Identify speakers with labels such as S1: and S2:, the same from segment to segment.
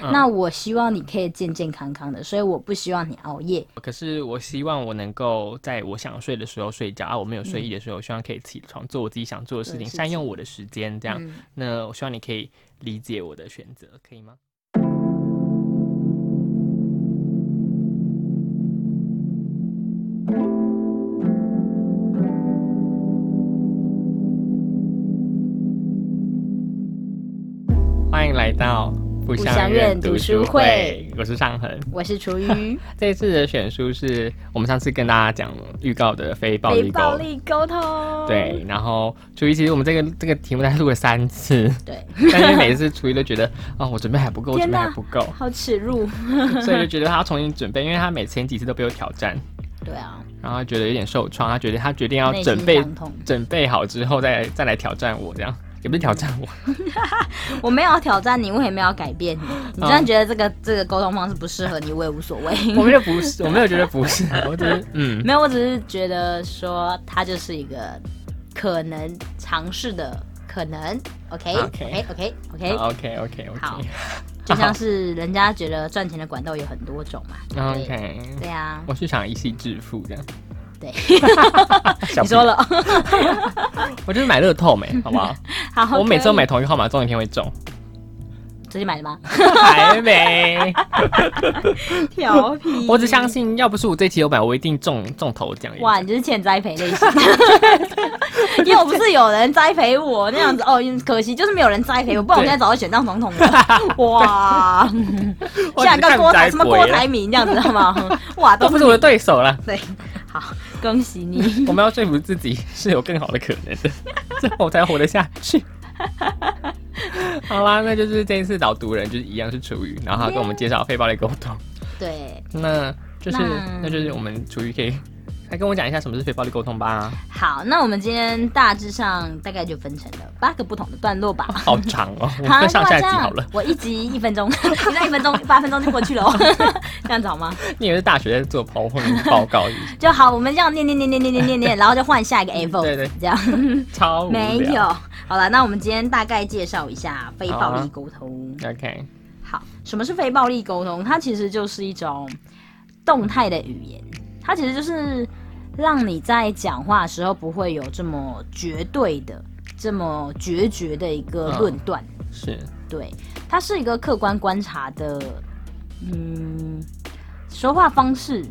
S1: 嗯
S2: 那我希望你可以健健康康的，所以我不希望你熬夜。
S1: 可是我希望我能够在我想睡的时候睡觉啊，我没有睡意的时候，我希望可以起床做我自己想做的事
S2: 做
S1: 情，
S2: 事情
S1: 善用我的时间，这样。
S2: 嗯
S1: 那我希望你可以理解我的选择，可以吗？欢迎来到不
S2: 不相怨读书会，
S1: 我是尚恒。
S2: 我是厨余，
S1: 这一次的选书是我们上次跟大家讲预告的非 暴
S2: 非
S1: 力
S2: 暴
S1: 沟。
S2: 力哦沟通。
S1: 对，然后初一其实我们这个这个题目大概录了三次，
S2: 对，
S1: 但是每次初一都觉得哦，我准备还不够，我
S2: 天
S1: 准备
S2: 哪
S1: 还不够，
S2: 好耻辱。
S1: 所以就觉得他要重新准备，因为他每前几次都被我挑战，
S2: 对啊，
S1: 然后他觉得有点受创，他觉得他决定要
S2: 内
S1: 准
S2: 心
S1: 备
S2: 伤痛。
S1: 准备好之后再再来挑战我这样。也不是挑战我，
S2: 我没有要挑战你，我也没有要改变你。你真
S1: 哦
S2: 的觉得这个这个沟通方式不适合你，我也无所谓。
S1: 我没有不是，我没有觉得不是，
S2: 啊
S1: 我只是嗯，
S2: 没有，我只是觉得说它就是一个可能尝试的可能。OK
S1: 啊 OK
S2: OK OK OK，
S1: o k OK OK
S2: 好就像是人家觉得赚钱的管道有很多种嘛。对
S1: OK，
S2: 对啊，
S1: 我是想一夕致富这样。
S2: 对，
S1: 小
S2: 你说了，
S1: 屁，我就是买乐透
S2: 嗯
S1: 没，好不好？
S2: 好，
S1: 我每
S2: 可
S1: 次都
S2: 以
S1: 买，同一个号码，总有一天 会中，
S2: 最近买的吗？
S1: 还没。
S2: 调皮
S1: 我只相信，要不是我这期有买，我一定中中头奖。
S2: 哇，你就是欠栽培类型， 又不是有人栽培我那样子哦，可惜就是没有人栽培我，不然我现在早就选上总统 了。哇，
S1: 我只
S2: 像个
S1: 看
S2: 郭
S1: 宅
S2: 台什么
S1: 鬼
S2: 郭
S1: 了
S2: 台铭这样子，好吗？哇，都
S1: 都不
S2: 不
S1: 是
S2: 是
S1: 我的对手了。
S2: 对，好，恭喜 你。
S1: 我们要说服自己是有更好的可能 的，这样我才活得下去。好啦，那就是这一次导读人就是一样是楚瑜，然后他跟我们介绍非暴力沟通。
S2: 对，
S1: 那就是
S2: 那
S1: 那就是我们楚瑜可以来跟我讲一下什么是非暴力沟通吧。
S2: 好，那我们今天大致上大概就分成了八个不同的段落吧。
S1: 好长哦， 我
S2: 好
S1: 们，上下
S2: 那这
S1: 集
S2: 样
S1: 好了。
S2: 我一集一分钟， 你那一分钟八分钟就过去了、 哦，这样子好吗？
S1: 你以为是大学在做 PowerPoint 报 告，
S2: 就好，我们这样念念念念念念念念，然后就换下一个 A p o
S1: 嗯对对
S2: 这样
S1: 超无聊
S2: 没有。好了，那我们今天大概介绍一下非暴力沟通。
S1: OK，啊
S2: 好，什么是非暴力沟通？它其实就是一种动态的语言，它其实就是让你在讲话的时候不会有这么绝对的、这么决绝的一个
S1: 嗯
S2: 论断。
S1: 是
S2: 对，它是一个客观观察的，嗯，说话方式。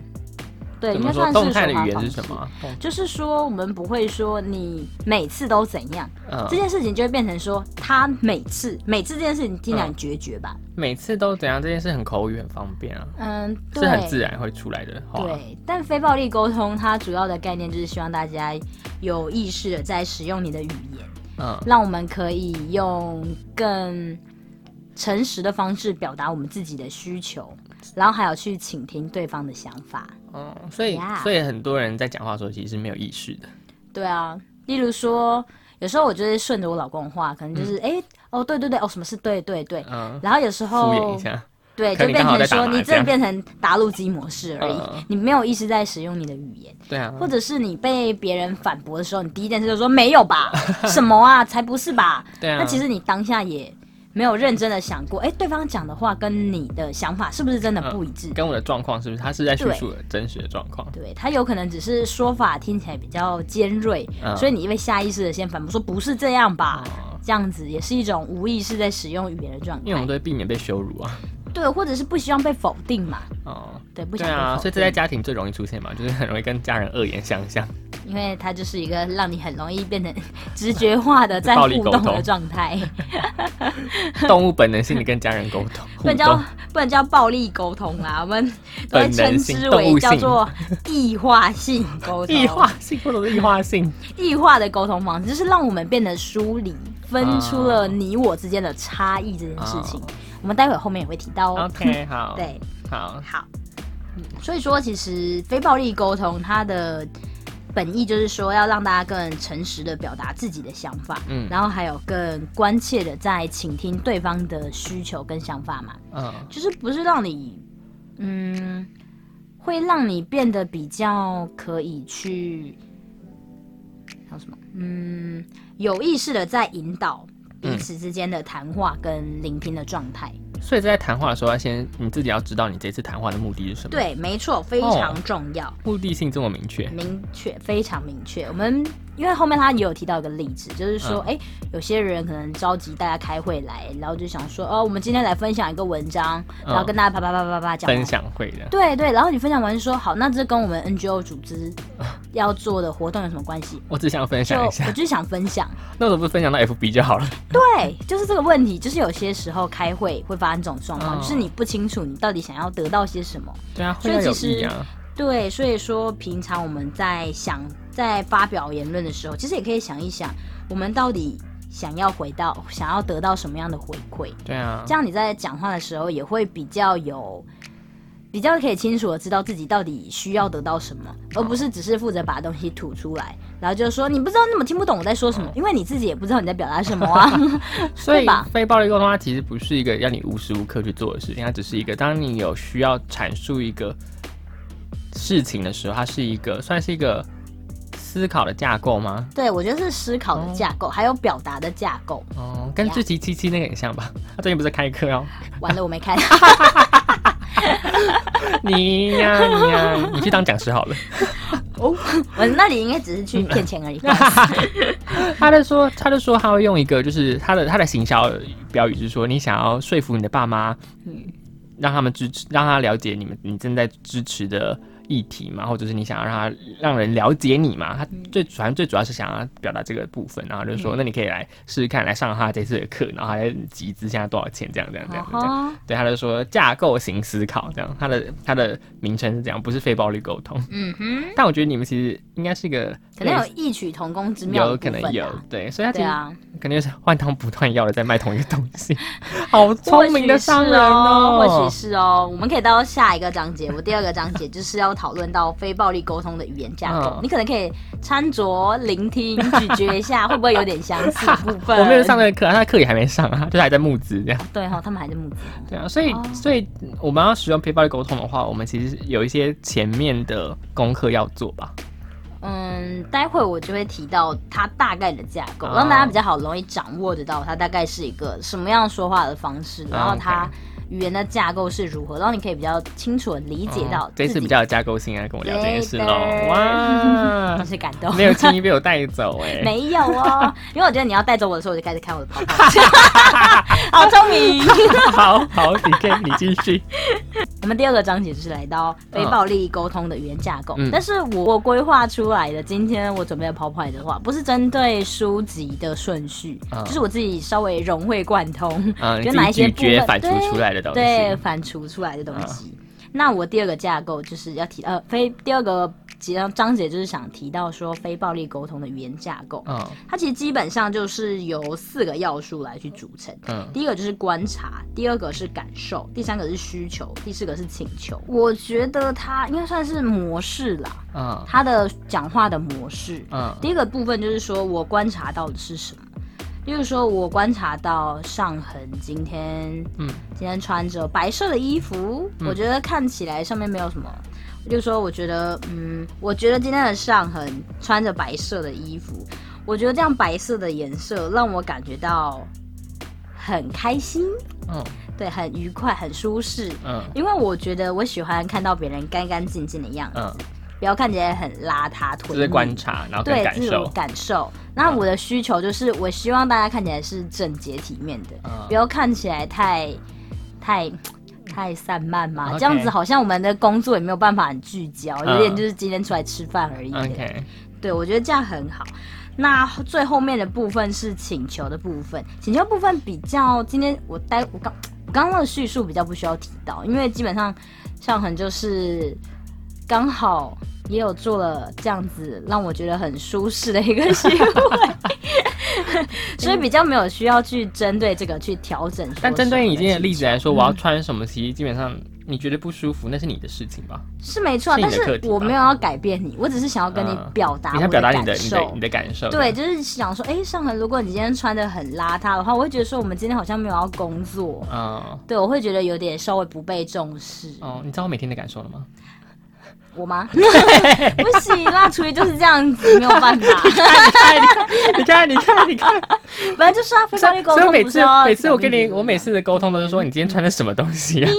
S2: 对，
S1: 怎
S2: 应
S1: 么
S2: 该
S1: 说？
S2: 算是
S1: 动态的
S2: 说话
S1: 语言
S2: 方
S1: 是
S2: 式
S1: 什么啊？动
S2: 就是说，我们不会说你每次都怎样，
S1: 嗯
S2: 这件事情就会变成说他每次每次这件事情听起来
S1: 嗯
S2: 很决绝吧？
S1: 每次都怎样？这件事很口语，很方便啊，
S2: 嗯，对，
S1: 是很自然会出来的话。
S2: 对，但非暴力沟通它主要的概念就是希望大家有意识的在使用你的语言，
S1: 嗯，
S2: 让我们可以用更诚实的方式表达我们自己的需求，然后还有去倾听对方的想法。
S1: 哦、所以
S2: Yeah
S1: 所以很多人在讲话的时候其实是没有意识的。
S2: 对啊，例如说，有时候我就是顺着我老公的话，可能就是哎、诶哦，对对对，哦，什么是对对对。
S1: 嗯，
S2: 然后有时
S1: 敷
S2: 候
S1: 衍一下。
S2: 对，就
S1: 可能你
S2: 变
S1: 刚好
S2: 成
S1: 在打
S2: 说
S1: 麻
S2: 你真的
S1: 将
S2: 变成打路机模式而已，
S1: 嗯
S2: 你没有意识在使用你的语言，
S1: 对啊，
S2: 或者是你被别人反驳的时候，你第一件事就说没有吧，什么啊，才不是吧？
S1: 对啊
S2: 那其实你当下也没有认真的想过，哎，对方讲的话跟你的想法是不是真的
S1: 嗯
S2: 不一致？
S1: 跟我的状况是不是？他是在叙
S2: 对
S1: 述真实的状况。
S2: 对他有可能只是说法听起来比较尖锐，
S1: 嗯
S2: 所以你会下意识的先反驳说不是这样吧，
S1: 哦
S2: 这样子也是一种无意识在使用语言的状
S1: 因为我们
S2: 态，
S1: 都会避免被羞辱啊。
S2: 对，或者是不希望被否定嘛，
S1: 哦，
S2: 对，不想
S1: 对
S2: 被否定。
S1: 啊，所以这在家庭最容易出现嘛，就是很容易跟家人恶言相向。
S2: 因为它就是一个让你很容易变成直觉化的在
S1: 暴
S2: 互
S1: 力沟
S2: 动的
S1: 通
S2: 状 态，
S1: 动物本能性的跟家人沟 通，
S2: 不
S1: 互
S2: 能叫
S1: 动。
S2: 不能叫暴力沟通啦，我们都会
S1: 本能
S2: 称
S1: 性
S2: 之
S1: 动
S2: 为
S1: 物
S2: 叫
S1: 性
S2: 做异化性沟通。
S1: 异化性或者是异化性，
S2: 异化的沟通方式，就是让我们变得疏离，分出了
S1: 啊
S2: 你我之间的差异这件事情
S1: 啊。
S2: 我们待会后面也会提到哦。
S1: OK，好，
S2: 对，
S1: 好，
S2: 好。嗯所以说，其实非暴力沟通它的本意就是说，要让大家更诚实的表达自己的想法，
S1: 嗯
S2: 然后还有更关切的在倾听对方的需求跟想法嘛，
S1: 嗯，
S2: 就是不是让你，嗯，会让你变得比较可以去，叫什么？嗯，
S1: 嗯
S2: 有意识的在引导彼此之间的谈话跟聆听的状态。
S1: 所以在谈话的时候，要先你自己要知道你这次谈话的目的是什么。，
S2: 对，没错，非
S1: 哦
S2: 常重要。
S1: 目的性这么明确。
S2: 明确，非常明确。我们因为后面他也有提到一个例子，就是说，
S1: 嗯
S2: 哎、有些人可能召集大家开会来，然后就想说，哦，我们今天来分享一个文章，
S1: 嗯
S2: 然后跟大家啪啪啪啪啪讲完。
S1: 分享会的，
S2: 对对，然后你分享完就说，好，那这跟我们 NGO 组织要做的活动有什么关系？
S1: 我只想分
S2: 就呃
S1: 享一下
S2: 我。就是想分享，
S1: 那我不是分享到 FB 就好了？
S2: 对，就是这个问题，就是有些时候开会会发生这种状况，
S1: 嗯
S2: 就是你不清楚你到底想要得到些什么。
S1: 对啊，会
S2: 所以
S1: 要有
S2: 其
S1: 意
S2: 实
S1: 啊。
S2: 对，所以说平常我们在想在发表言论的时候，其实也可以想一想，我们到底想要回到想要得到什么样的回馈，
S1: 对啊
S2: 这，样你在讲话的时候也会比较有。比较可以清楚的知道自己到底需要得到什么，而不是只是负责把东西吐出来，然后就说你不知道，你怎么听不懂我在说什么？因为你自己也不知道你在表达什么啊。
S1: 所
S2: 对
S1: 以
S2: 吧
S1: 非暴力沟通它其实不是一个要你无时无刻去做的事情，它只是一个当你有需要阐述一个事情的时候，它是一个算是一个思考的架构吗？
S2: 对，我觉得是思考的架构，还有表达的架构。
S1: 哦，跟志奇七七那个很像吧？ 他最近不是开课哦？
S2: 完了，我没开。
S1: 你呀、你呀、你去当讲师好了。
S2: 哦，我那里应该只是去骗钱而已。哦
S1: 他就说，他就说他会用一个，就是他的他的行销标语是说，你想要说服你的爸妈，
S2: 嗯
S1: 让他们支持，让他了解你们你正在支持的议题嘛，或者是你想要让他让人了解你嘛。他
S2: 嗯
S1: 最反正最主要是想要表达这个部分，啊然后就说，那你可以来试试看，来上他这次的课，然后还集资现在多少钱，这样这样这样这样。
S2: 哦
S1: 对，他就说架构型思考这样，他的他的名称是这样，不是非暴力沟通。
S2: 嗯哼，
S1: 但我觉得你们其实应该是一个
S2: 可能有异曲同工之妙的
S1: 有
S2: 部
S1: 可
S2: 分啊、
S1: 能有对，所以他其
S2: 对
S1: 实
S2: 啊，
S1: 肯定是换汤不换药的在卖同一个东 西，好聪明的商人
S2: 或
S1: 哦
S2: 许！是哦，我们可以到下一个章节。我第二个章节就是要讨论到非暴力沟通的语言架构，
S1: 嗯
S2: 你可能可以穿着、聆听、咀嚼一下，会不会有点相似的部分？
S1: 我没有上那个课啊，他的课也还没上啊，就是还在募资这样。
S2: 对哈、哦，他们还在募资。
S1: 对啊，所以
S2: 哦
S1: 所以我们要使用 PayPal 沟通的话，我们其实有一些前面的功课要做吧。
S2: 嗯，待会我就会提到它大概的架构，
S1: 哦
S2: 让大家比较好容易掌握得到它大概是一个什么样说话的方式，然后它
S1: 啊 OK
S2: 语言的架构是如何，然后你可以比较清楚的理解到
S1: 哦
S2: 自
S1: 这
S2: 己。
S1: 次比较有架构性啊，跟我聊这件事喽。
S2: 对
S1: 哇
S2: 真，是感动。
S1: 没有轻易被我带走哎、欸。
S2: 没有 哦，因为我觉得你要带走我的时候，我就开始看我的泡泡， 好聪明。
S1: 好好，你可以你继 续。
S2: 我们第二个章节就是来到非暴力沟通的语言架构，
S1: 嗯
S2: 但是我规划出来的今天我准备的 PowerPoint 的话，不是针对书籍的顺序，
S1: 嗯
S2: 就是我自己稍微融会贯通，
S1: 嗯，你
S2: 就
S1: 自
S2: 哪一
S1: 己
S2: 些
S1: 咀
S2: 部分
S1: 嚼反刍出来的东西。
S2: 对对反刍出来的东西。
S1: 嗯
S2: 那我第二个架构就是要提呃非第二个几章章节就是想提到说非暴力沟通的语言架构，
S1: 嗯
S2: 它其实基本上就是由四个要素来去组成。
S1: 嗯，
S2: 第一个就是观察，第二个是感受，第三个是需求，第四个是请求。我觉得它应该算是模式啦，
S1: 嗯
S2: 它的讲话的模式。
S1: 嗯
S2: 第一个部分就是说我观察到的是什么，例如说我观察到上恒今天
S1: 嗯
S2: 今天穿着白色的衣服，我觉得看起来上面没有什么。例如说，我觉得，嗯，我觉得今天的上恒穿着白色的衣服，我觉得这样白色的颜色让我感觉到很开心，
S1: 嗯
S2: 对，很愉快，很舒适。
S1: 嗯
S2: 因为我觉得我喜欢看到别人干干净净的样子，
S1: 嗯，
S2: 不要看起来很邋遢、
S1: 这
S2: 颓
S1: 是
S2: 靡。
S1: 观察，然后跟
S2: 对
S1: 感
S2: 自我
S1: 受。嗯
S2: 感受。那我的需求就是，我希望大家看起来是整洁体面的，
S1: 嗯
S2: 不要看起来太太。太散漫嘛
S1: OK
S2: 这样子好像我们的工作也没有办法很聚焦，
S1: 嗯
S2: 有点就是今天出来吃饭而已。
S1: OK，
S2: 对，我觉得这样很好。那最后面的部分是请求的部分，请求部分比较今天我待我刚我刚刚的叙述比较不需要提到，因为基本上上恒就是刚好也有做了这样子让我觉得很舒适的一个行为， 所以比较没有需要去针对这个去调整。
S1: 但针对你今天的例子来说，我要
S2: 嗯
S1: 穿什么，其实基本上你觉得不舒服，那是你的事情吧？
S2: 是没错啊，
S1: 是你
S2: 但
S1: 的课
S2: 是
S1: 题
S2: 我
S1: 吧
S2: 没有要改变你，我只是想要跟你
S1: 嗯
S2: 表达
S1: 你
S2: 我
S1: 想表达你的
S2: 感
S1: 你
S2: 受。
S1: 的你的感受。
S2: 对，，就是想说，哎、上恒，如果你今天穿的很邋遢的话，我会觉得说我们今天好像没有要工作，
S1: 嗯。
S2: 对我会觉得有点稍微不被重视。
S1: 哦，你知道我每天的感受了吗？
S2: 我吗？不行啦，厨艺就是这样子，没有办法。
S1: 太你看，你看，你看，
S2: 反正就是啊，非暴力沟
S1: 所以
S2: 通
S1: 每
S2: 不是哦
S1: 次
S2: 要
S1: 每次我跟
S2: 讲
S1: 你，
S2: 清楚
S1: 我每次的沟通都是说你今天穿的什么东 西啊？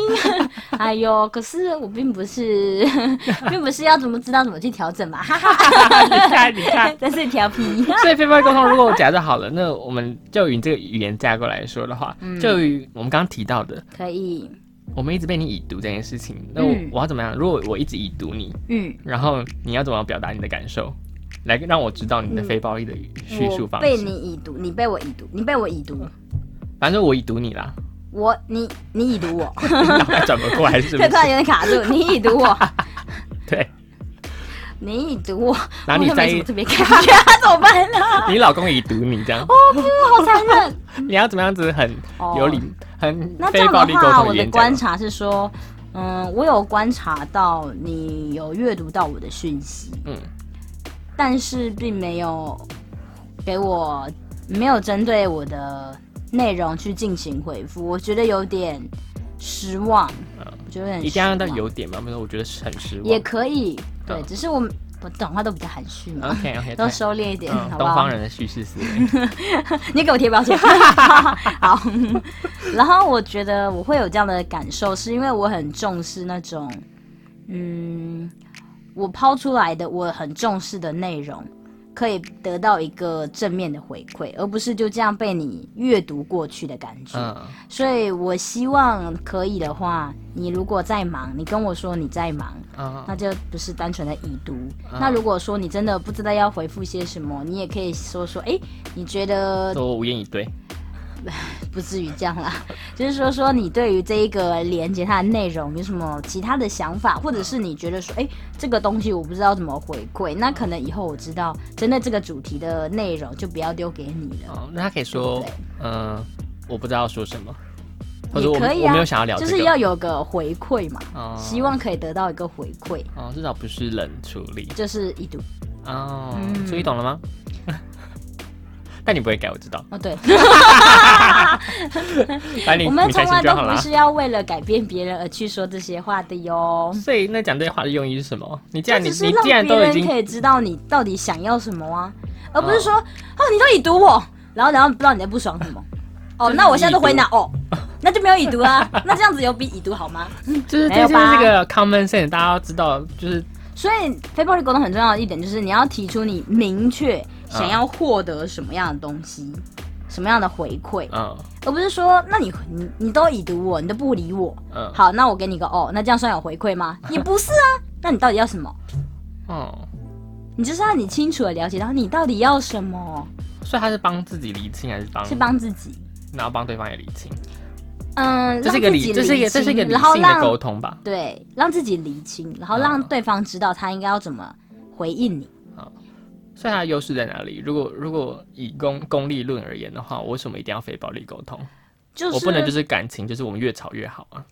S2: 哎呦，可是我并不是， 并不是要怎么知道怎么去调整嘛，哈哈，
S1: 你看，你看。
S2: 真是调皮。
S1: 所以非暴力沟通，如果我假设好了，那我们就以这个语言架构来说的话，
S2: 嗯
S1: 就以我们刚刚提到的，
S2: 可以，
S1: 我们一直被你已读这件事情，那我,、
S2: 嗯
S1: 我要怎么样？如果我一直已读你，
S2: 嗯，
S1: 然后你要怎么样表达你的感受，来让我知道你的非暴力的语叙述
S2: 嗯我
S1: 方
S2: 被
S1: 式？
S2: 你已读，你被我已读，你被我已读，
S1: 反正我已读 你啦，
S2: 我你你已读我，
S1: 脑袋转不过来是不
S2: 对，
S1: 是
S2: 突？然有点卡住，你已读我，
S1: 对，
S2: 你已读我，
S1: 哪里
S2: 我都
S1: 在
S2: 没
S1: 意
S2: 什么特别感觉， 怎么办 呢？
S1: 你老公已读你这
S2: 哦
S1: 样，
S2: 好残忍。
S1: 你要怎么样子很
S2: 哦
S1: 有理、很
S2: 那这
S1: 非
S2: 样
S1: 暴力
S2: 的
S1: 沟
S2: 话，
S1: 通
S2: 我
S1: 的
S2: 的
S1: 演讲
S2: 观
S1: 吗？
S2: 察是说，嗯，我有观察到你有阅读到我的讯息，
S1: 嗯，
S2: 但是并没有给我没有针对我的内容去进行回复，我觉得有点失望，我觉得有点
S1: 嗯一定要
S2: 失
S1: 到
S2: 望
S1: 有点嘛，不是？我觉得是很失望。
S2: 啊也可以，对，
S1: 嗯
S2: 只是我我讲话都比较含蓄嘛。
S1: OK OK，
S2: 都收敛一点，
S1: 嗯，
S2: 好不
S1: 东
S2: 好？
S1: 方人的叙事 思维，
S2: 你给我贴标签。 好，然后我觉得我会有这样的感受，是因为我很重视那种，嗯，我抛出来的我很重视的内容，可以得到一个正面的回馈，而不是就这样被你阅读过去的感觉。
S1: 嗯，
S2: 所以我希望可以的话，你如果在忙，你跟我说你在忙，
S1: 啊、
S2: 那就不是单纯的已读。
S1: 嗯
S2: 那如果说你真的不知道要回复些什么，你也可以说说，诶，你觉得
S1: 所以我无言以对。
S2: 不至于这样啦， 就是说说你对于这一个连接它的内容有什么其他的想法，或者是你觉得说，哎、这个东西我不知道怎么回馈，那可能以后我知道针对这个主题的内容就不要丢给你了，
S1: 哦，那他可以说
S2: 对，
S1: 嗯、我不知道说什么，或者我
S2: 也
S1: 们、
S2: 可以
S1: 我
S2: 啊，
S1: 没有想要聊这
S2: 就
S1: 个，
S2: 是要有个回馈嘛，
S1: 哦
S2: 希望可以得到一个回馈，
S1: 哦，至少不是冷处理
S2: 就是一读
S1: 哦，
S2: 嗯
S1: 所以懂了吗？ 但你不会改，我知 道。
S2: 哦，对，
S1: 反正
S2: 我
S1: 你
S2: 们
S1: 你
S2: 从
S1: 开
S2: 来
S1: 心
S2: 都
S1: 就好啊
S2: 不
S1: 啦。
S2: 是要为了改变别人而去说这些话的哟。
S1: 所以那讲这些话的用意是什么？你既
S2: 这
S1: 然你
S2: 只是
S1: 你
S2: 让
S1: 既
S2: 别
S1: 然都已
S2: 人
S1: 经
S2: 可以知道你到底想要什么啊，而不是说哦你都已读我，然后然后不知道你在不爽 什么。哦，那我现在都回哪？哦，那就没有已读啊。 那这样子有比已读好吗？
S1: 就是
S2: 没有
S1: 这就是
S2: 吧
S1: 这个 common sense，大家要知道，就是
S2: 所以非暴力沟通很重要的一点就是你要提出你明确想要获得什么样的东西，什么样的回馈，
S1: 嗯
S2: 而不是说那你你你都已读我，你都不理我。
S1: 嗯
S2: 好，那我给你个哦，那这样算有回馈吗？也不是啊。那你到底要什么？
S1: 哦，
S2: 你就是让你清楚的了解到你到底要什么，
S1: 所以他是帮自己理清还是帮
S2: 是帮自己。
S1: 然后帮对方也理清？
S2: 嗯，
S1: 这是一个
S2: 让自
S1: 理，
S2: 己
S1: 这是一个这是一个
S2: 理清
S1: 理
S2: 然后
S1: 性的沟
S2: 让
S1: 通吧？
S2: 对让自己理清，然后
S1: 嗯
S2: 让对方知道他应该要怎么回应你。
S1: 所以它的优势在哪里？如果如果以功功利论而言的话，我为什么一定要非暴力沟通？
S2: 就是
S1: 我不能就是感情，就是我们越吵越好啊。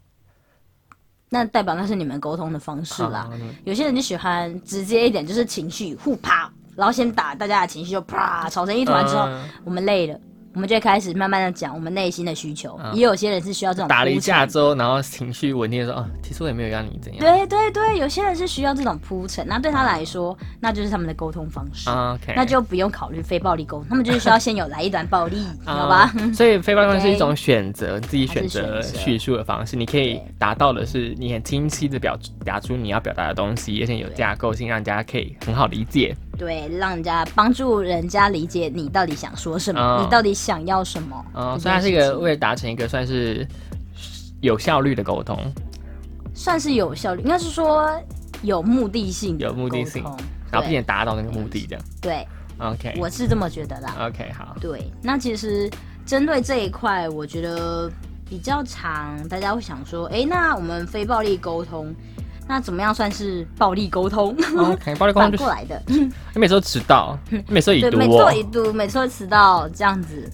S2: 那代表那是你们沟通的方式啦。
S1: 啊
S2: 有些人就喜欢直接一点，就是情绪互啪，然后先打大家的情绪就啪吵成一团之后，
S1: 嗯
S2: 我们累了，我们就会开始慢慢的讲我们内心的需求。
S1: 嗯
S2: 也有些人是需要这种
S1: 打了一
S2: 铺
S1: 架
S2: 陈
S1: 之后，然后情绪稳定的说，啊，其实我也没有要你怎样。
S2: 对对对，有些人是需要这种铺陈，那对他来说，那就是他们的沟通方式。
S1: 啊，OK，
S2: 那就不用考虑非暴力沟通，他们就是需要先有来一段暴 力，你知
S1: 啊
S2: 道吧？
S1: 所以非暴力沟通
S2: OK
S1: 是一种选择，你自己选
S2: 它
S1: 择
S2: 是选择
S1: 叙述的方式，你可以达到的是你很清晰的表达出你要表达的东西，而且有架构性，让大家可以很好理解。
S2: 对，让人家帮助人家理解你到底想说什么，
S1: 嗯
S2: 你到底想要什么。
S1: 啊，
S2: 这
S1: 所以它
S2: 件
S1: 是一
S2: 事
S1: 个
S2: 情
S1: 为了达成一个算是有效率的沟通。
S2: 算是有效率，应该是说有目的性的
S1: 有目的性
S2: 沟通
S1: 然后并
S2: 对
S1: 且达到那个目的，这样。
S2: 对，
S1: OK，
S2: 我是这么觉得啦。
S1: OK，好，
S2: 对，那其实针对这一块，我觉得比较常大家会想说，诶，那我们非暴力沟通，那怎么样算是暴力沟通？
S1: OK，暴力沟
S2: 反
S1: 通就是
S2: 过来的，
S1: 你每次都迟到，你每次都已
S2: 对，
S1: 读哦
S2: 每
S1: 我
S2: 次，一读，每次迟到这样子，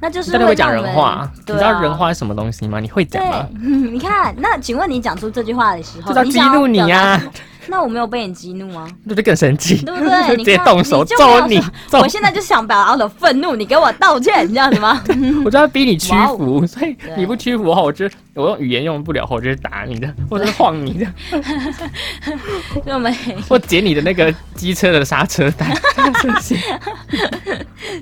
S2: 那就是
S1: 你到底会讲
S2: 让我
S1: 人
S2: 们
S1: 话？你
S2: 对、啊，
S1: 知道人话是什么东西吗？你会讲
S2: 对
S1: 吗？，
S2: 嗯你看，那请问你讲出这句话的时候，
S1: 就是要
S2: 你
S1: 激
S2: 想要
S1: 怒你啊
S2: 表达
S1: 呀
S2: 什么！那我没有被你激怒吗？
S1: 那就更生气，
S2: 对不对？
S1: 直
S2: 你
S1: 接
S2: 看
S1: 动手
S2: 你就没有
S1: 揍你
S2: 说，
S1: 揍
S2: 我现在就想表达我的愤怒，你给我道歉，这样子吗？
S1: 我就要逼你屈
S2: 哇哦
S1: 服，所以你不屈服的话，我就我用语言用不了的话，我就是打你的，或者是晃你 的，
S2: 就没，
S1: 或解你的那个机车的刹车带，真是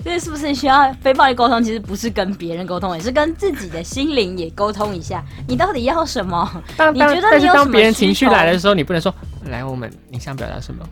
S2: 这是不是需要非暴力沟通？其实不是跟别人沟通，也是跟自己的心灵也沟通一下，你到底要什么？
S1: 当
S2: 你
S1: 当
S2: 觉得
S1: 但
S2: 你
S1: 是
S2: 有什
S1: 当
S2: 么
S1: 别人
S2: 需
S1: 情绪
S2: 求
S1: 来的时候，你不能说来我们你想表达什么？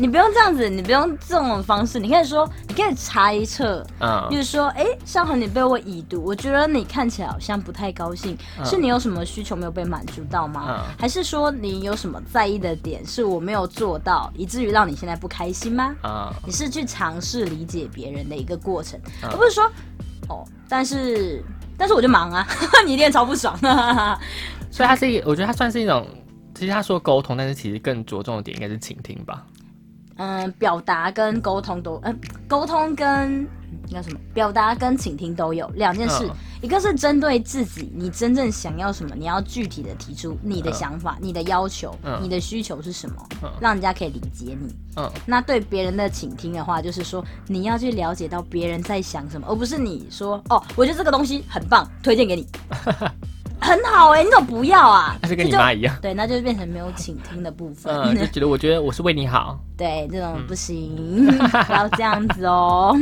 S2: 你不用这样子，你不用这种方式，你可以说，你可以猜测，
S1: 嗯
S2: 比，如说，哎、上恒，你被我已读，我觉得你看起来好像不太高兴，
S1: 嗯
S2: 是你有什么需求没有被满足到吗？
S1: 嗯
S2: 还是说你有什么在意的点是我没有做到，以至于让你现在不开心吗？
S1: 啊、
S2: 你是去尝试理解别人的一个过程，
S1: 嗯
S2: 而不是说，哦，但是但是我就忙啊， 你一定超不爽、啊
S1: 所以它是一，我觉得它算是一种，其实他说沟通，但是其实更着重的点应该是倾听吧。
S2: 嗯，表达跟沟通都，嗯、沟通跟那什么，表达跟倾听都有两件事，
S1: 嗯
S2: 一个是针对自己，你真正想要什么，你要具体的提出你的
S1: 嗯
S2: 想法、你的要求、
S1: 嗯
S2: 你的需求是什么，
S1: 嗯
S2: 让人家可以理解你。
S1: 嗯
S2: 那对别人的倾听的话，就是说你要去了解到别人在想什么，而不是你说哦，我觉得这个东西很棒，推荐给 你，很好哎、你怎么不要啊？
S1: 那就跟
S2: 这
S1: 你妈一样，
S2: 对，那就变成没有倾听的部分。
S1: 嗯，就觉得我觉得我是为你好，
S2: 对，这种
S1: 嗯
S2: 不行， 不要这样子哦。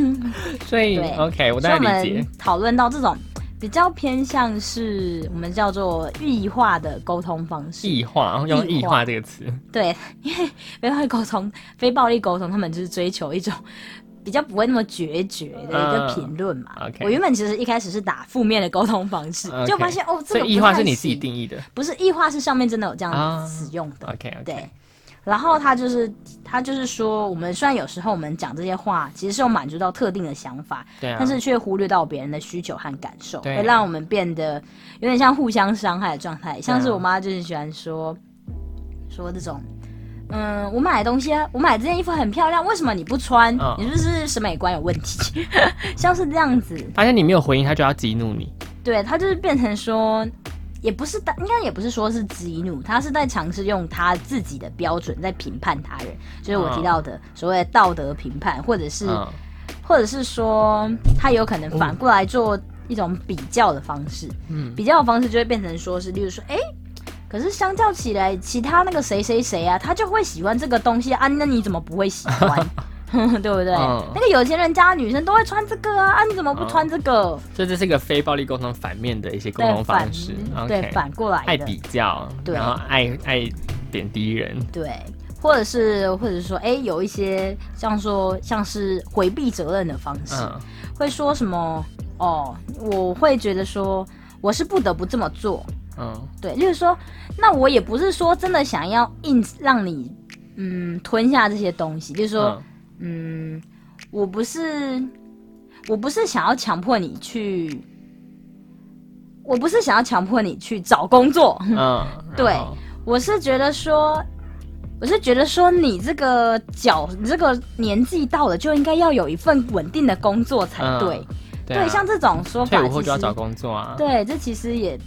S1: 所以
S2: 对
S1: 嗯 OK，我
S2: 所以
S1: 大
S2: 我
S1: 概理解
S2: 们。讨论到这种比较偏向是我们叫做异化的沟通方式，
S1: 异化，用
S2: 异
S1: 异
S2: 化
S1: 化这个词，
S2: 对， 因为非暴力沟通、非暴力沟通，他们就是追求一种。比较不会那么决绝的一个
S1: 嗯
S2: 评论嘛、
S1: OK
S2: 我原本其实一开始是打负面的沟通方式
S1: OK
S2: 就发现 哦，这个
S1: 所以
S2: 不
S1: 异化
S2: 太
S1: 是你自己
S2: 行
S1: 定义的。
S2: 不是异化是上面真的有这样
S1: 啊
S2: 子使用的。
S1: OK
S2: 对
S1: OK，，
S2: 然后他就是他就是说，我们虽然有时候我们讲这些话，其实是有满足到特定的想法，
S1: 对啊，
S2: 但是却忽略到别人的需求和感受，
S1: 对
S2: 会让我们变得有点像互相伤害的状态。像是
S1: 对啊
S2: 我妈就是喜欢说说这种。嗯，我买东西啊，我买这件衣服很漂亮，为什么你不穿？
S1: 嗯
S2: 你是不是审美观有问题？ 像是这样子，
S1: 发现你没有回应，他就要激怒你。
S2: 对他就是变成说，也不是大，应该也不是说是激怒，他是在尝试用他自己的标准在评判他人，就是我提到的所谓的道德评判，或者是、
S1: 嗯，
S2: 或者是说他有可能反过来做一种比较的方式，
S1: 嗯
S2: 比较的方式就会变成说是，例如说，哎、可是相较起来，其他那个谁谁谁啊，他就会喜欢这个东西啊，那你怎么不会喜 欢？对不对？
S1: 嗯
S2: 那个有钱人家的女生都会穿这个啊，啊你怎么不
S1: 嗯
S2: 穿这个？
S1: 所以这是一个非暴力沟通反面的一些沟
S2: 对
S1: 通
S2: 反
S1: 方式。
S2: 嗯对
S1: OK，
S2: 反过来的，
S1: 爱比较，
S2: 对
S1: 然后爱爱贬低人。
S2: 对，或者是或者说，哎，有一些像说像是回避责任的方式，
S1: 嗯
S2: 会说什么哦，我会觉得说我是不得不这么做，
S1: 嗯
S2: 对，就是说，那我也不是说真的想要硬让你嗯吞下这些东西，就是说，
S1: 嗯
S2: 嗯我不是我不是想要强迫你去。我不是想要强迫你去找工作，
S1: 嗯，
S2: 对
S1: 然后
S2: 我是觉得说，我是觉得说，你这个脚，你这个年纪到了就应该要有一份稳定的工作才
S1: 嗯
S2: 对。
S1: 对啊
S2: 像这种说
S1: 退
S2: 法，
S1: 伍
S2: 其
S1: 后
S2: 实
S1: 就要找工作啊。
S2: 对，这其实也，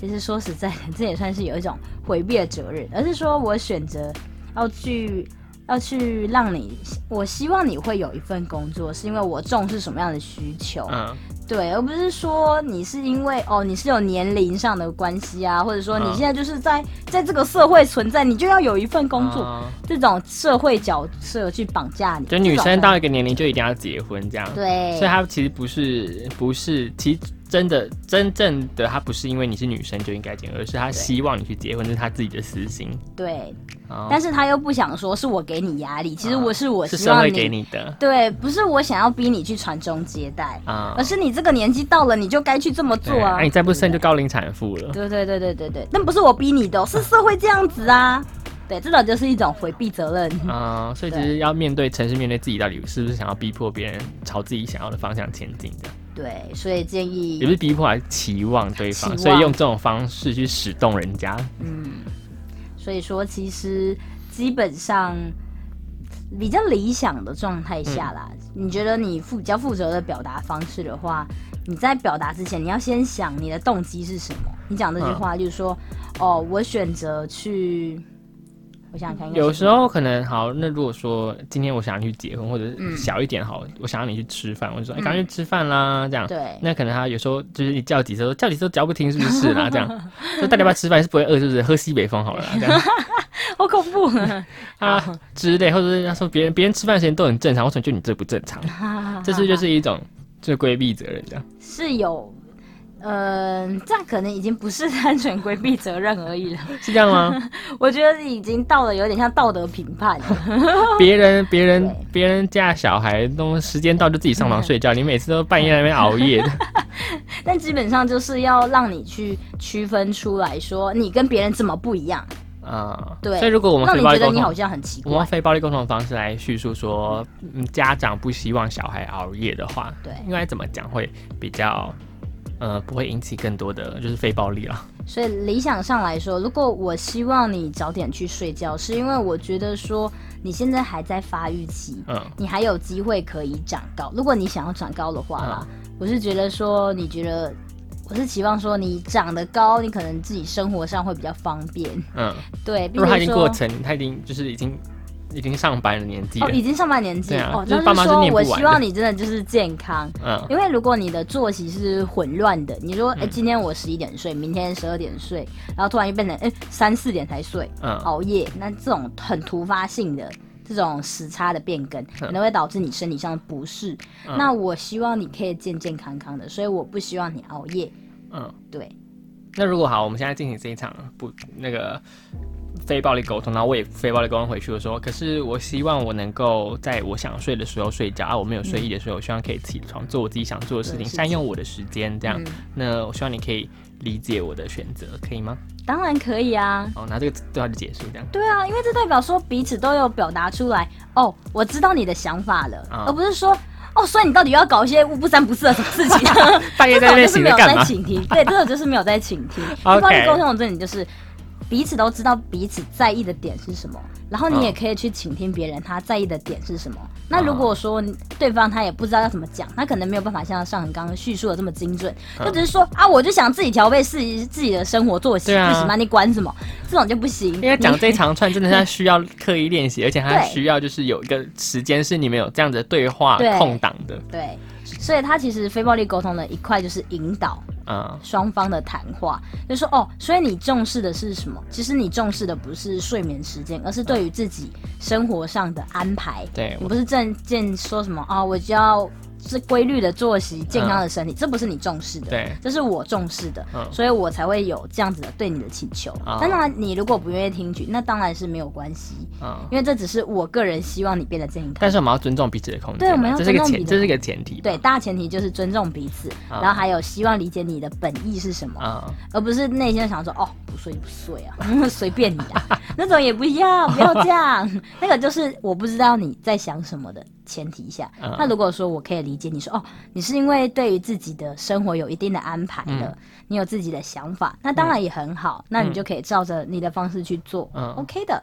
S2: 其实说实在的， 这也算是有一种回避的责任，而是说我选择要去。要去让你，我希望你会有一份工作，是因为我重视什么样的需求，
S1: 嗯
S2: 对，而不是说你是因为哦，你是有年龄上的关系啊，或者说你
S1: 嗯
S2: 现在就是在在这个社会存在，你就要有一份工作，
S1: 嗯
S2: 这种社会角色去绑架你。
S1: 就女
S2: 这
S1: 生
S2: 种
S1: 到一个年龄就一定要结婚这样。
S2: 对
S1: 所以她其实不是不是，其实真的真正的她不是因为你是女生就应该结婚，而是她希望你去结婚，这是她自己的私心。
S2: 对，
S1: 哦嗯
S2: 但是他又不想说是我给你压力，其实我是我
S1: 是
S2: 希
S1: 社
S2: 望
S1: 会
S2: 你，
S1: 给你的
S2: 对，不是我想要逼你去传宗接代，
S1: 啊
S2: 而。是你这个年纪到了，你就该去这么呃做
S1: 对
S2: 啊。
S1: 哎那你再不生就
S2: 对
S1: 高龄产妇了。
S2: 对对对对对对，但不是我逼你的哦，是社会这样子啊。对，这种就是一种回避责任。
S1: 啊、所以
S2: 对
S1: 就是要面对，诚实面对自己，到底是不是想要逼迫别人朝自己想要的方向前进的，
S2: 对，所以建
S1: 也
S2: 议
S1: 不，是逼迫，而是期望对方，
S2: 期望
S1: 所以用这种方式去使动人家。
S2: 嗯，所以说其实基本上比较理想的状态
S1: 嗯
S2: 下啦，你觉得你负比较负责的表达方式的话，你在表达之前，你要先想你的
S1: 嗯
S2: 动机是什么。你讲这句话，就是说，哦，我选择去，我想想看，应该是
S1: 有时候可能好，那如果说今天我想要去结婚，或者
S2: 嗯
S1: 是小一点好，我想要你去吃饭，我就说哎，
S2: 嗯
S1: 赶、快去吃饭啦，这样。
S2: 对，
S1: 那可能他有时候就是你叫几次都叫几次都叫不听，是不是啦？这样， 就大家不要吃饭是不会饿，是不是？喝西北风好了啦，这样
S2: 好恐怖。
S1: 啊之类，或者是他说别人别人吃饭时间都很正常，我说就你这不正常，
S2: 啊
S1: 这是就是一种就是规避责任这样。
S2: 是有，嗯，这样可能已经不是 单纯规避责任而已了，
S1: 是这样吗？
S2: 我觉得已经到了有点像道德评判了。
S1: 别人别人
S2: 对嗯
S1: 别人家小孩都时间到就自己上床睡觉，你每次都半夜在那边熬夜的，
S2: 但基本上就是要让你去区分出来说你跟别人怎么不一样，
S1: 啊。
S2: 对
S1: 所以如果我们
S2: 让
S1: 非
S2: 你
S1: 暴
S2: 觉
S1: 力
S2: 得
S1: 沟
S2: 你好
S1: 通，
S2: 像很奇
S1: 我们用
S2: 怪。
S1: 非暴力沟通的方式来叙述说，嗯，家长不希望小孩熬夜的话，
S2: 对，
S1: 应该怎么讲会比较，呃，不会引起更多的就是非暴力了。
S2: 所以理想上来说，如果我希望你早点去睡觉，是因为我觉得说你现在还在发育期，
S1: 嗯，
S2: 你还有机会可以长高。如果你想要长高的话啦，
S1: 嗯
S2: 我是觉得说，你觉得我是期望说你长得高，你可能自己生活上会比较方便。
S1: 嗯，
S2: 对，
S1: 如
S2: 并
S1: 果他
S2: 且
S1: 已经
S2: 说
S1: 过程，他已经就是已经已经上班的年纪
S2: 哦，
S1: 了，
S2: 已经上半年纪
S1: 对啊
S2: 哦，
S1: 就是
S2: 那
S1: 爸
S2: 就
S1: 妈
S2: 是
S1: 是
S2: 说
S1: 念不
S2: 我
S1: 完的
S2: 希望你真的就是健康。
S1: 嗯
S2: 因为如果你的作息是混乱的，你说，哎、今天我十一点睡，明天十二点睡，然后突然又变成，哎、三四点才睡，
S1: 嗯，
S2: 熬夜，那这种很突发性的这种时差的变更，可能会导致你身体上的不适。
S1: 嗯
S2: 那我希望你可以健健康康的，所以我不希望你熬夜。
S1: 嗯。
S2: 对，
S1: 那如果好，我们现在进行这一场不那个非暴力沟通，然后我也非暴力沟通回去我说，可是我希望我能够在我想睡的时候睡觉啊，我没有睡意的时候，我希望可以起床做我自己想做的事情，
S2: 对是
S1: 善用我的时间，这样。
S2: 嗯
S1: 那我希望你可以理解我的选择，可以吗？
S2: 当然可以啊。
S1: 哦，拿这个对话就结束，这样。
S2: 对啊，因为这代表说彼此都有表达出来哦，我知道你的想法了，
S1: 啊
S2: 而不是说哦，所以你到底又要搞一些不三不四的什么事情？
S1: 半夜
S2: 这种
S1: 在那
S2: 就
S1: 边
S2: 是
S1: 醒
S2: 没有
S1: 着干
S2: 在
S1: 嘛？
S2: 倾听，对，这种就是没有在倾 听。
S1: OK
S2: 暴力沟通的重点就是彼此都知道彼此在意的点是什么，然后你
S1: 嗯
S2: 也可以去倾听别人他在意的点是什么。那如果说你对方他也不知道要怎么讲，他可能没有办法像上恒刚刚叙述的这么精准，
S1: 嗯
S2: 就只是说啊，我就想自己调配自己自己的生活作息，
S1: 对啊
S2: 不行吗？你管什么？这种就不行。
S1: 因为讲
S2: 你
S1: 这一长串真的是他需要刻意练习，而且他
S2: 对
S1: 需要就是有一个时间是你们有这样子的对话
S2: 对
S1: 空档的，
S2: 对，所以他其实非暴力沟通的一块就是引导。
S1: 嗯
S2: 双方的谈话，就说哦，所以你重视的是什么？其实你重视的不是睡眠时间，而是对于自己生活上的安排。
S1: 对
S2: 你不是证件说什么啊、我就要是规律的作息、健康的身体，这不是你重视的，
S1: 对
S2: 这是我重视的，
S1: 嗯
S2: 所以我才会有这样子的对你的请求。
S1: 哦
S2: 当然，你如果不愿意听取，那当然是没有关系，
S1: 嗯。
S2: 因为这只是我个人希望你变得健康。
S1: 但是我们要尊重彼此的空间嘛，啊
S2: 对我们要
S1: 这是一个
S2: 尊重彼
S1: 前，
S2: 此
S1: 这是一个前提吧。
S2: 对，大前提就是尊重彼此，
S1: 啊
S2: 然后还有希望理解你的本意是什么。
S1: 啊，
S2: 而不是内心想说哦不睡就不睡啊， 随便你啊，那种也不要，不要这样。 那个就是我不知道你在想什么的前提下。
S1: 嗯
S2: 那如果说我可以理解你说哦，你是因为对于自己的生活有一定的安排了，
S1: 嗯
S2: 你有自己的想法，那当然也很好，那你就可以照着你的方式去做、
S1: 嗯
S2: o k 的。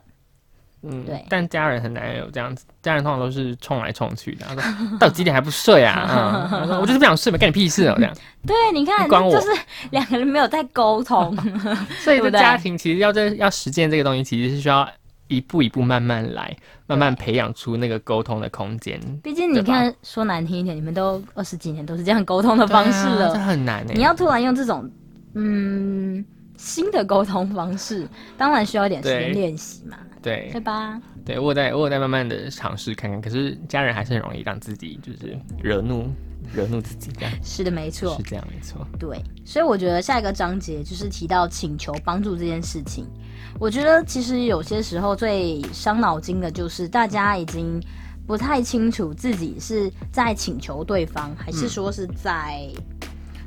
S1: 嗯，
S2: 对
S1: 但家人很难有这样子，家人通常都是冲来冲去的。他说到底几点还不睡啊？嗯，他说我就是不想睡嘛，干你屁事哦，这 样。
S2: 对，你看，
S1: 你管
S2: 那
S1: 我
S2: 就是两个人没有在沟 通，
S1: 所以
S2: 对不
S1: 这
S2: 对
S1: 家庭其实要在要实践这个东西，其实是需要一步一步慢慢来，慢慢培养出那个沟通的空间。
S2: 毕竟你
S1: 对吧
S2: 看，说难听一点，你们都二十几年都是这样沟通的方式
S1: 对
S2: 了
S1: 啊这，很难
S2: 你
S1: 诶。
S2: 要突然用这种嗯新的沟通方式，当然需要一点时间
S1: 对
S2: 练习嘛，
S1: 欸对
S2: 对吧？
S1: 对，我有在我有在慢慢的尝试看看，可是家人还是很容易让自己就是惹怒惹怒自己，这样
S2: 是的，没错
S1: 是，这样没错。
S2: 对。所以我觉得下一个章节就是提到请求帮助这件事情。我觉得其实有些时候最伤脑筋的就是大家已经不太清楚自己是在请求对方，还
S1: 嗯
S2: 是说是在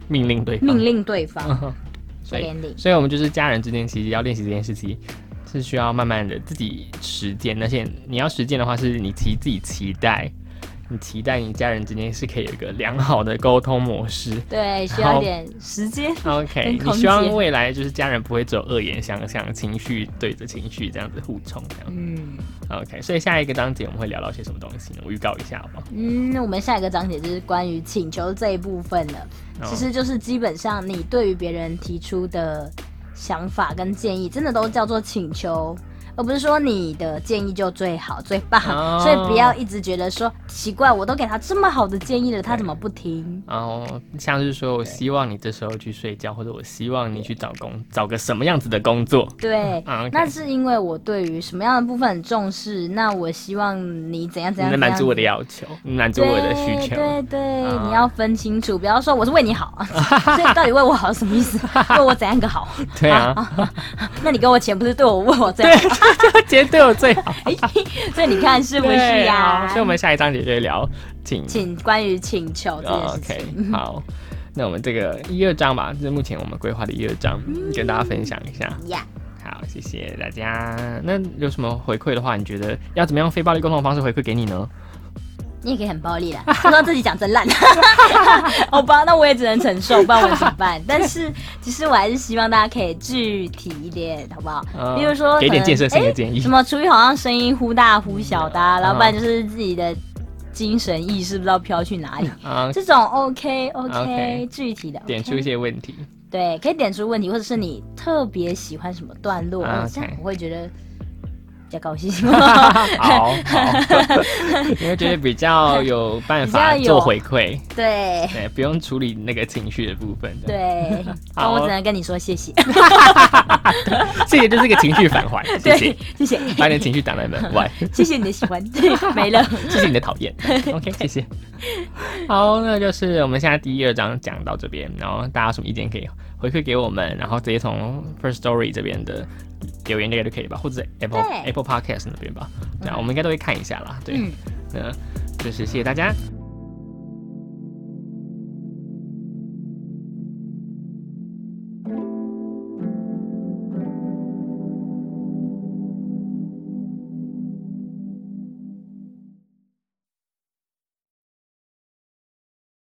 S1: 命令对方，
S2: 命令对方。
S1: 所以
S2: Landing
S1: 所以我们就是家人之间其实要练习这件事情，是需要慢慢的自己实践。而且你要实践的话，是你提自己期待，你期待你家人之间是可以有一个良好的沟通模式。
S2: 对，需要一
S1: 好
S2: 点时间。
S1: OK，
S2: 跟
S1: 你
S2: 空
S1: 希望
S2: 间
S1: 未来就是家人不会只有恶言相向，情绪对着情绪这样子互冲这样。
S2: 嗯
S1: OK，所以下一个章节我们会聊到些什么东西呢？我预告一下好不好？
S2: 嗯，那我们下一个章节就是关于请求这一部分了。
S1: 哦
S2: 其实就是基本上你对于别人提出的想法跟建议，真的都叫做请求。而不是说你的建议就最好最棒，
S1: 哦
S2: 所以不要一直觉得说奇怪，我都给他这么好的建议了，他
S1: 对
S2: 怎么不听？
S1: 然后像是说我希望你这时候去睡觉，或者我希望你去找工，找个什么样子的工作
S2: 对，
S1: 啊？OK？
S2: 那是因为我对于什么样的部分很重视，那我希望你怎样
S1: 你
S2: 怎样怎
S1: 能
S2: 样
S1: 满足我的要求，你满足我的需求。
S2: 对对对，
S1: 啊
S2: 你要分清楚，不要说我是为你 好，所以到底为我好是什么意思？为我怎样个好？
S1: 对啊，
S2: 那你给我钱不是对我为我这样？
S1: 绝对我最好，
S2: 所以你看是不是
S1: 对
S2: 呀、
S1: 啊所以我们下一章节就聊请
S2: 请关于请求这件
S1: 啊
S2: 事情。
S1: OK，好， 那我们这个一二章吧，这是目前我们规划的一二章，
S2: 嗯
S1: 跟大家分享一下。
S2: 呀
S1: 好，谢谢大家。那有什么回馈的话，你觉得要怎么样非暴力沟通的方式回馈给你呢？
S2: 你也可以很暴力啦，不知道自己讲真烂， 好吧，那我也只能承受，不然我怎么办？但是其实我还是希望大家可以具体一点，好不好？
S1: 嗯
S2: 比如说
S1: 给点
S2: 可能
S1: 建设性的
S2: 诶
S1: 建议
S2: 什么厨艺好像声音忽大忽小的、啊，
S1: 嗯
S2: 老板就是自己的精神意识不知道飘去哪里，
S1: 啊，
S2: 这种 OK OK,
S1: OK
S2: 具体的 OK
S1: 点出一些问题。
S2: 对，可以点出问题，或者是你特别喜欢什么段落，
S1: 啊
S2: 哦这样
S1: OK
S2: 我会觉得比较高 兴。
S1: 好，好 因为觉得比较有办法
S2: 比较有
S1: 做回馈，
S2: 对
S1: 对，不用处理那个情绪的部分。，
S2: 对，那
S1: 好哦
S2: 我只能跟你说谢谢，
S1: 这个就是一个情绪 返还，谢
S2: 对
S1: 谢，
S2: 谢谢，
S1: 把你的情绪挡在门 外。
S2: 谢谢你的喜欢，对，没了。
S1: 谢谢你的讨厌。OK，谢谢。好，那就是我们现在第一二章讲到这边，然后大家有什么意见可以回馈给我们，然后直接从 First Story 这边的留言应该就可以吧，或者 Apple
S2: 对
S1: Apple Podcast 那边吧。对啊，我们应该都会看一下啦。对，
S2: 嗯
S1: 那就是谢谢大家，